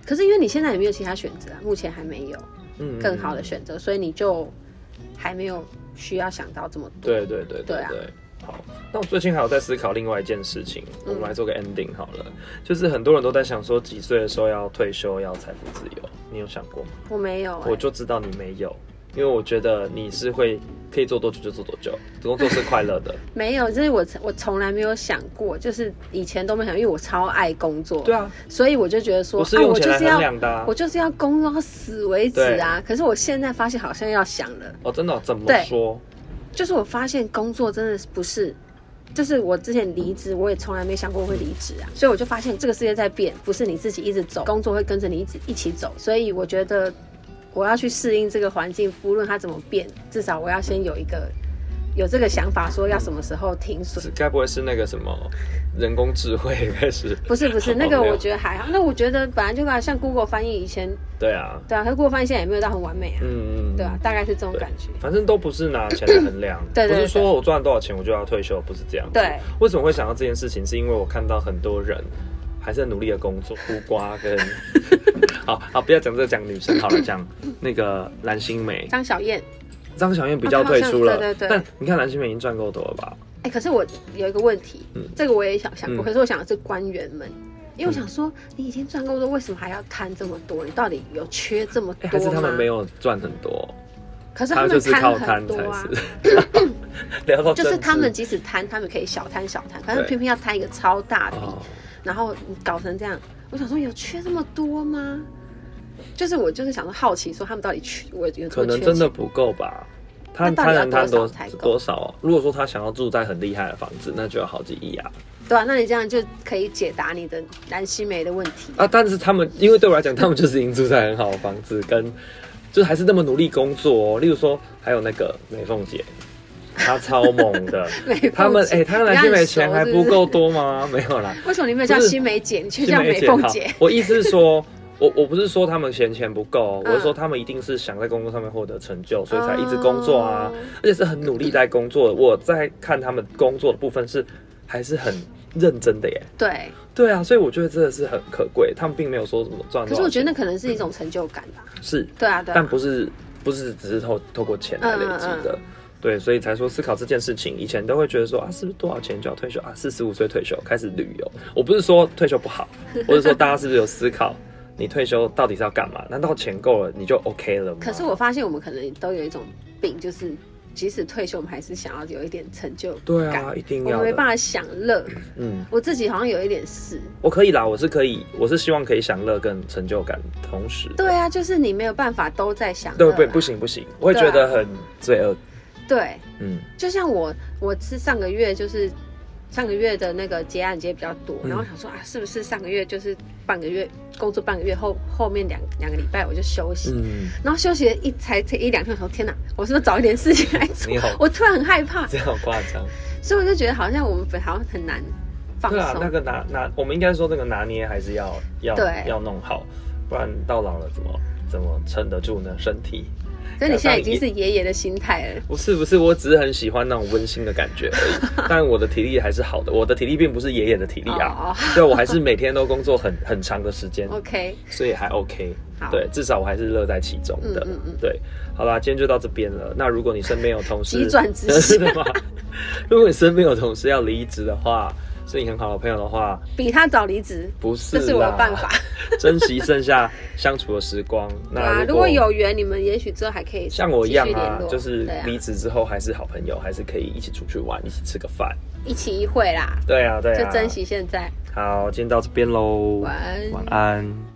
Speaker 2: 可是因为你现在也没有其他选择啊，目前还没有。
Speaker 1: 嗯，
Speaker 2: 更好的选择，所以你就还没有需要想到这么多。
Speaker 1: 对对对
Speaker 2: 对啊
Speaker 1: 对。好，那我最近还有在思考另外一件事情，
Speaker 2: 嗯
Speaker 1: 我们来做个 ending 好了。就是很多人都在想说，几岁的时候要退休，要财富自由，你有想过吗？
Speaker 2: 我没有、欸，
Speaker 1: 我就知道你没有，因为我觉得你是会可以做多久就做多久，工作是快乐的。
Speaker 2: 没有，就是我我从来没有想过，就是以前都没想，因为我超爱工作，
Speaker 1: 对，啊，
Speaker 2: 所 <laughs> 以我就觉得说，
Speaker 1: 我是
Speaker 2: 啊，
Speaker 1: 用
Speaker 2: 我
Speaker 1: 钱
Speaker 2: 就
Speaker 1: 来
Speaker 2: 是
Speaker 1: 衡
Speaker 2: 要
Speaker 1: 量的、啊
Speaker 2: 我。就是要工作到死为止啊。可是我现在发现好像要想了，
Speaker 1: 哦，真的哦、怎么
Speaker 2: 对
Speaker 1: 说？
Speaker 2: 就是我发现工作真的是不是。就是我之前离职，我也从来没想过我会离职啊，所以我就发现这个世界在变，不是你自己一直走，工作会跟着你一直一起走。所以我觉得我要去适应这个环境，不论它怎么变，至少我要先有一个有这个想法，说要什么时候停损
Speaker 1: 是。该不会是那个什么人工智慧开始？
Speaker 2: 不是不是，那个
Speaker 1: 没有
Speaker 2: 我觉得还好。那我觉得本来就像 Google 翻译以前，
Speaker 1: 对啊，
Speaker 2: 对啊，可是 Google 翻译现在也没有到很完美啊，
Speaker 1: 嗯嗯，
Speaker 2: 对啊，，大概是这种感觉。，
Speaker 1: 反正都不是拿钱来衡量
Speaker 2: <coughs> 对对
Speaker 1: 不
Speaker 2: 对
Speaker 1: 是说我赚了多少钱我就要退休，不是这样。
Speaker 2: 对，
Speaker 1: 为什么会想到这件事情？是因为我看到很多人还是很努力的工作，苦瓜
Speaker 2: <laughs>
Speaker 1: 跟好好不要讲这个讲女生好了，讲那个蓝心湄，
Speaker 2: 张小燕，
Speaker 1: 张小燕比较退出
Speaker 2: 啊
Speaker 1: 了，
Speaker 2: 她好像对对对
Speaker 1: 但你看蓝心湄已经赚够多了吧？
Speaker 2: 哎、可是我有一个问题，
Speaker 1: 嗯
Speaker 2: 这个我也想想过，
Speaker 1: 嗯
Speaker 2: 可是我想的是官员们，因为我想说，你已经赚够多，为什么还要贪这么多？你到底有缺这么
Speaker 1: 哎、
Speaker 2: 多吗？
Speaker 1: 还是他们没有赚很多，
Speaker 2: 可是
Speaker 1: 他
Speaker 2: 他
Speaker 1: 们就
Speaker 2: 们
Speaker 1: 是靠
Speaker 2: 贪
Speaker 1: 贪
Speaker 2: 很
Speaker 1: 才
Speaker 2: 多啊，
Speaker 1: 是。 <laughs> 聊到
Speaker 2: 就是
Speaker 1: 政
Speaker 2: 他
Speaker 1: 治
Speaker 2: 们即使贪，他们可以小贪小贪，反正
Speaker 1: 对
Speaker 2: 偏偏要贪一个超大笔，
Speaker 1: 哦，
Speaker 2: 然后你搞成这样，我想说有缺这么多吗？就是我就是想说好奇，说他们到底缺我有这
Speaker 1: 可
Speaker 2: 么
Speaker 1: 能
Speaker 2: 缺
Speaker 1: 真的
Speaker 2: 钱
Speaker 1: 不够吧。他
Speaker 2: 那到
Speaker 1: 他
Speaker 2: 底要
Speaker 1: 能贪
Speaker 2: 多
Speaker 1: 多
Speaker 2: 少才够
Speaker 1: 多少啊？如果说他想要住在很厉害的房子，那就要好几亿啊！
Speaker 2: 对啊，那你这样就可以解答你的蓝心湄的问题。
Speaker 1: 啊，但是他们，因为对我来讲，他们就是已经住在很好的房子，跟就是还是那么努力工作哦。例如说，还有那个美凤姐，她超猛
Speaker 2: <laughs>
Speaker 1: 的
Speaker 2: 美凤姐。
Speaker 1: 他们哎、她那些没钱
Speaker 2: 你
Speaker 1: 还
Speaker 2: 很熟
Speaker 1: 不够多吗？没有啦，
Speaker 2: 为什么你没有叫
Speaker 1: 不是
Speaker 2: 新梅姐，你却
Speaker 1: 是
Speaker 2: 叫美凤
Speaker 1: 好
Speaker 2: 姐？
Speaker 1: <laughs> 我意思是说。我我不是说他们嫌钱不够，哦我
Speaker 2: 嗯
Speaker 1: 是说他们一定是想在工作上面获得成就，所以才一直工作
Speaker 2: 哦
Speaker 1: 啊，而且是很努力在工作的。我在看他们工作的部分是还是很认真的耶。
Speaker 2: 对，
Speaker 1: 对啊，所以我觉得真的是很可贵，他们并没有说什么赚多少钱。
Speaker 2: 可是我觉得那可能是一种成就感吧。
Speaker 1: 是，
Speaker 2: 对啊，对
Speaker 1: 嗯
Speaker 2: 啊，
Speaker 1: 但不是不是只是透透过钱来累积的。
Speaker 2: 嗯嗯
Speaker 1: 对，所以才说思考这件事情，以前都会觉得说啊，是不是多少钱就要退休啊？四十五岁退休开始旅游，我不是说退休不
Speaker 2: <laughs>
Speaker 1: 好，我是说大家是不是有思考，你退休到底是要干嘛？难道钱够了你就 OK 了吗？
Speaker 2: 可是我发现我们可能都有一种病，就是即使退休，我们还是想要有一点成就感。
Speaker 1: 对啊，一定
Speaker 2: 我
Speaker 1: 要
Speaker 2: 们没办
Speaker 1: 的。
Speaker 2: 法享乐。
Speaker 1: 嗯，
Speaker 2: 我自己好像有一点是，
Speaker 1: 我可以啦，我是可以，我是希望可以享乐跟成就感同时。
Speaker 2: 对啊，就是你没有办法都在享乐
Speaker 1: 对
Speaker 2: 啊。
Speaker 1: 不不行不行，我会觉得很罪恶。
Speaker 2: 对，
Speaker 1: 嗯
Speaker 2: 就像我，我是上个月就是上个月的那个结案结比较多，
Speaker 1: 嗯
Speaker 2: 然后想说啊，是不是上个月就是半个月工作半个月后，后面两两个礼拜我就休息，
Speaker 1: 嗯，
Speaker 2: 然后休息了一才才一两天，我说天哪，我是不是找一点事情来做
Speaker 1: 你好？
Speaker 2: 我突然很害怕，
Speaker 1: 这样夸张。
Speaker 2: 所以我就觉得好像我们本好像很难放
Speaker 1: 对啊，
Speaker 2: 松。
Speaker 1: 那个拿拿，我们应该说这个拿捏还是要要
Speaker 2: 对
Speaker 1: 要弄好，不然到老了怎么怎么撑得住呢？身体
Speaker 2: 可是你现在已经是爷爷的心态了。
Speaker 1: 不是不是，我只是很喜欢那种温馨的感觉而
Speaker 2: <laughs>
Speaker 1: 已。但我的体力还是好的，我的体力并不是爷爷的体力
Speaker 2: 哦
Speaker 1: 啊。 <laughs> 对，我还是每天都工作很很长的时
Speaker 2: <laughs>
Speaker 1: 间，
Speaker 2: OK，
Speaker 1: 所以还 OK
Speaker 2: 好。
Speaker 1: 对，至少我还是乐在其中的。
Speaker 2: 嗯嗯嗯
Speaker 1: 对，好啦，今天就到这边了。那如果你身边有同事，
Speaker 2: 急转直
Speaker 1: <laughs>
Speaker 2: 下
Speaker 1: 是的吗？如果你身边有同事要离职的话，是你很好的朋友的话，
Speaker 2: 比他早离职，
Speaker 1: 不是
Speaker 2: 这是我的
Speaker 1: 啦
Speaker 2: 办法。
Speaker 1: <laughs> 珍惜剩下相处的时光。
Speaker 2: 对
Speaker 1: 那
Speaker 2: 啊，如果有缘，你们也许之后还可以
Speaker 1: 像我一样
Speaker 2: 继续联
Speaker 1: 啊
Speaker 2: 络，
Speaker 1: 就是
Speaker 2: 对啊
Speaker 1: 离职之后还是好朋友，还是可以一起出去玩，一起吃个饭。
Speaker 2: 一起一会啦，
Speaker 1: 对啊，对啊，
Speaker 2: 就珍。惜现在。
Speaker 1: 好，今天到这边喽，
Speaker 2: 晚安
Speaker 1: 晚安。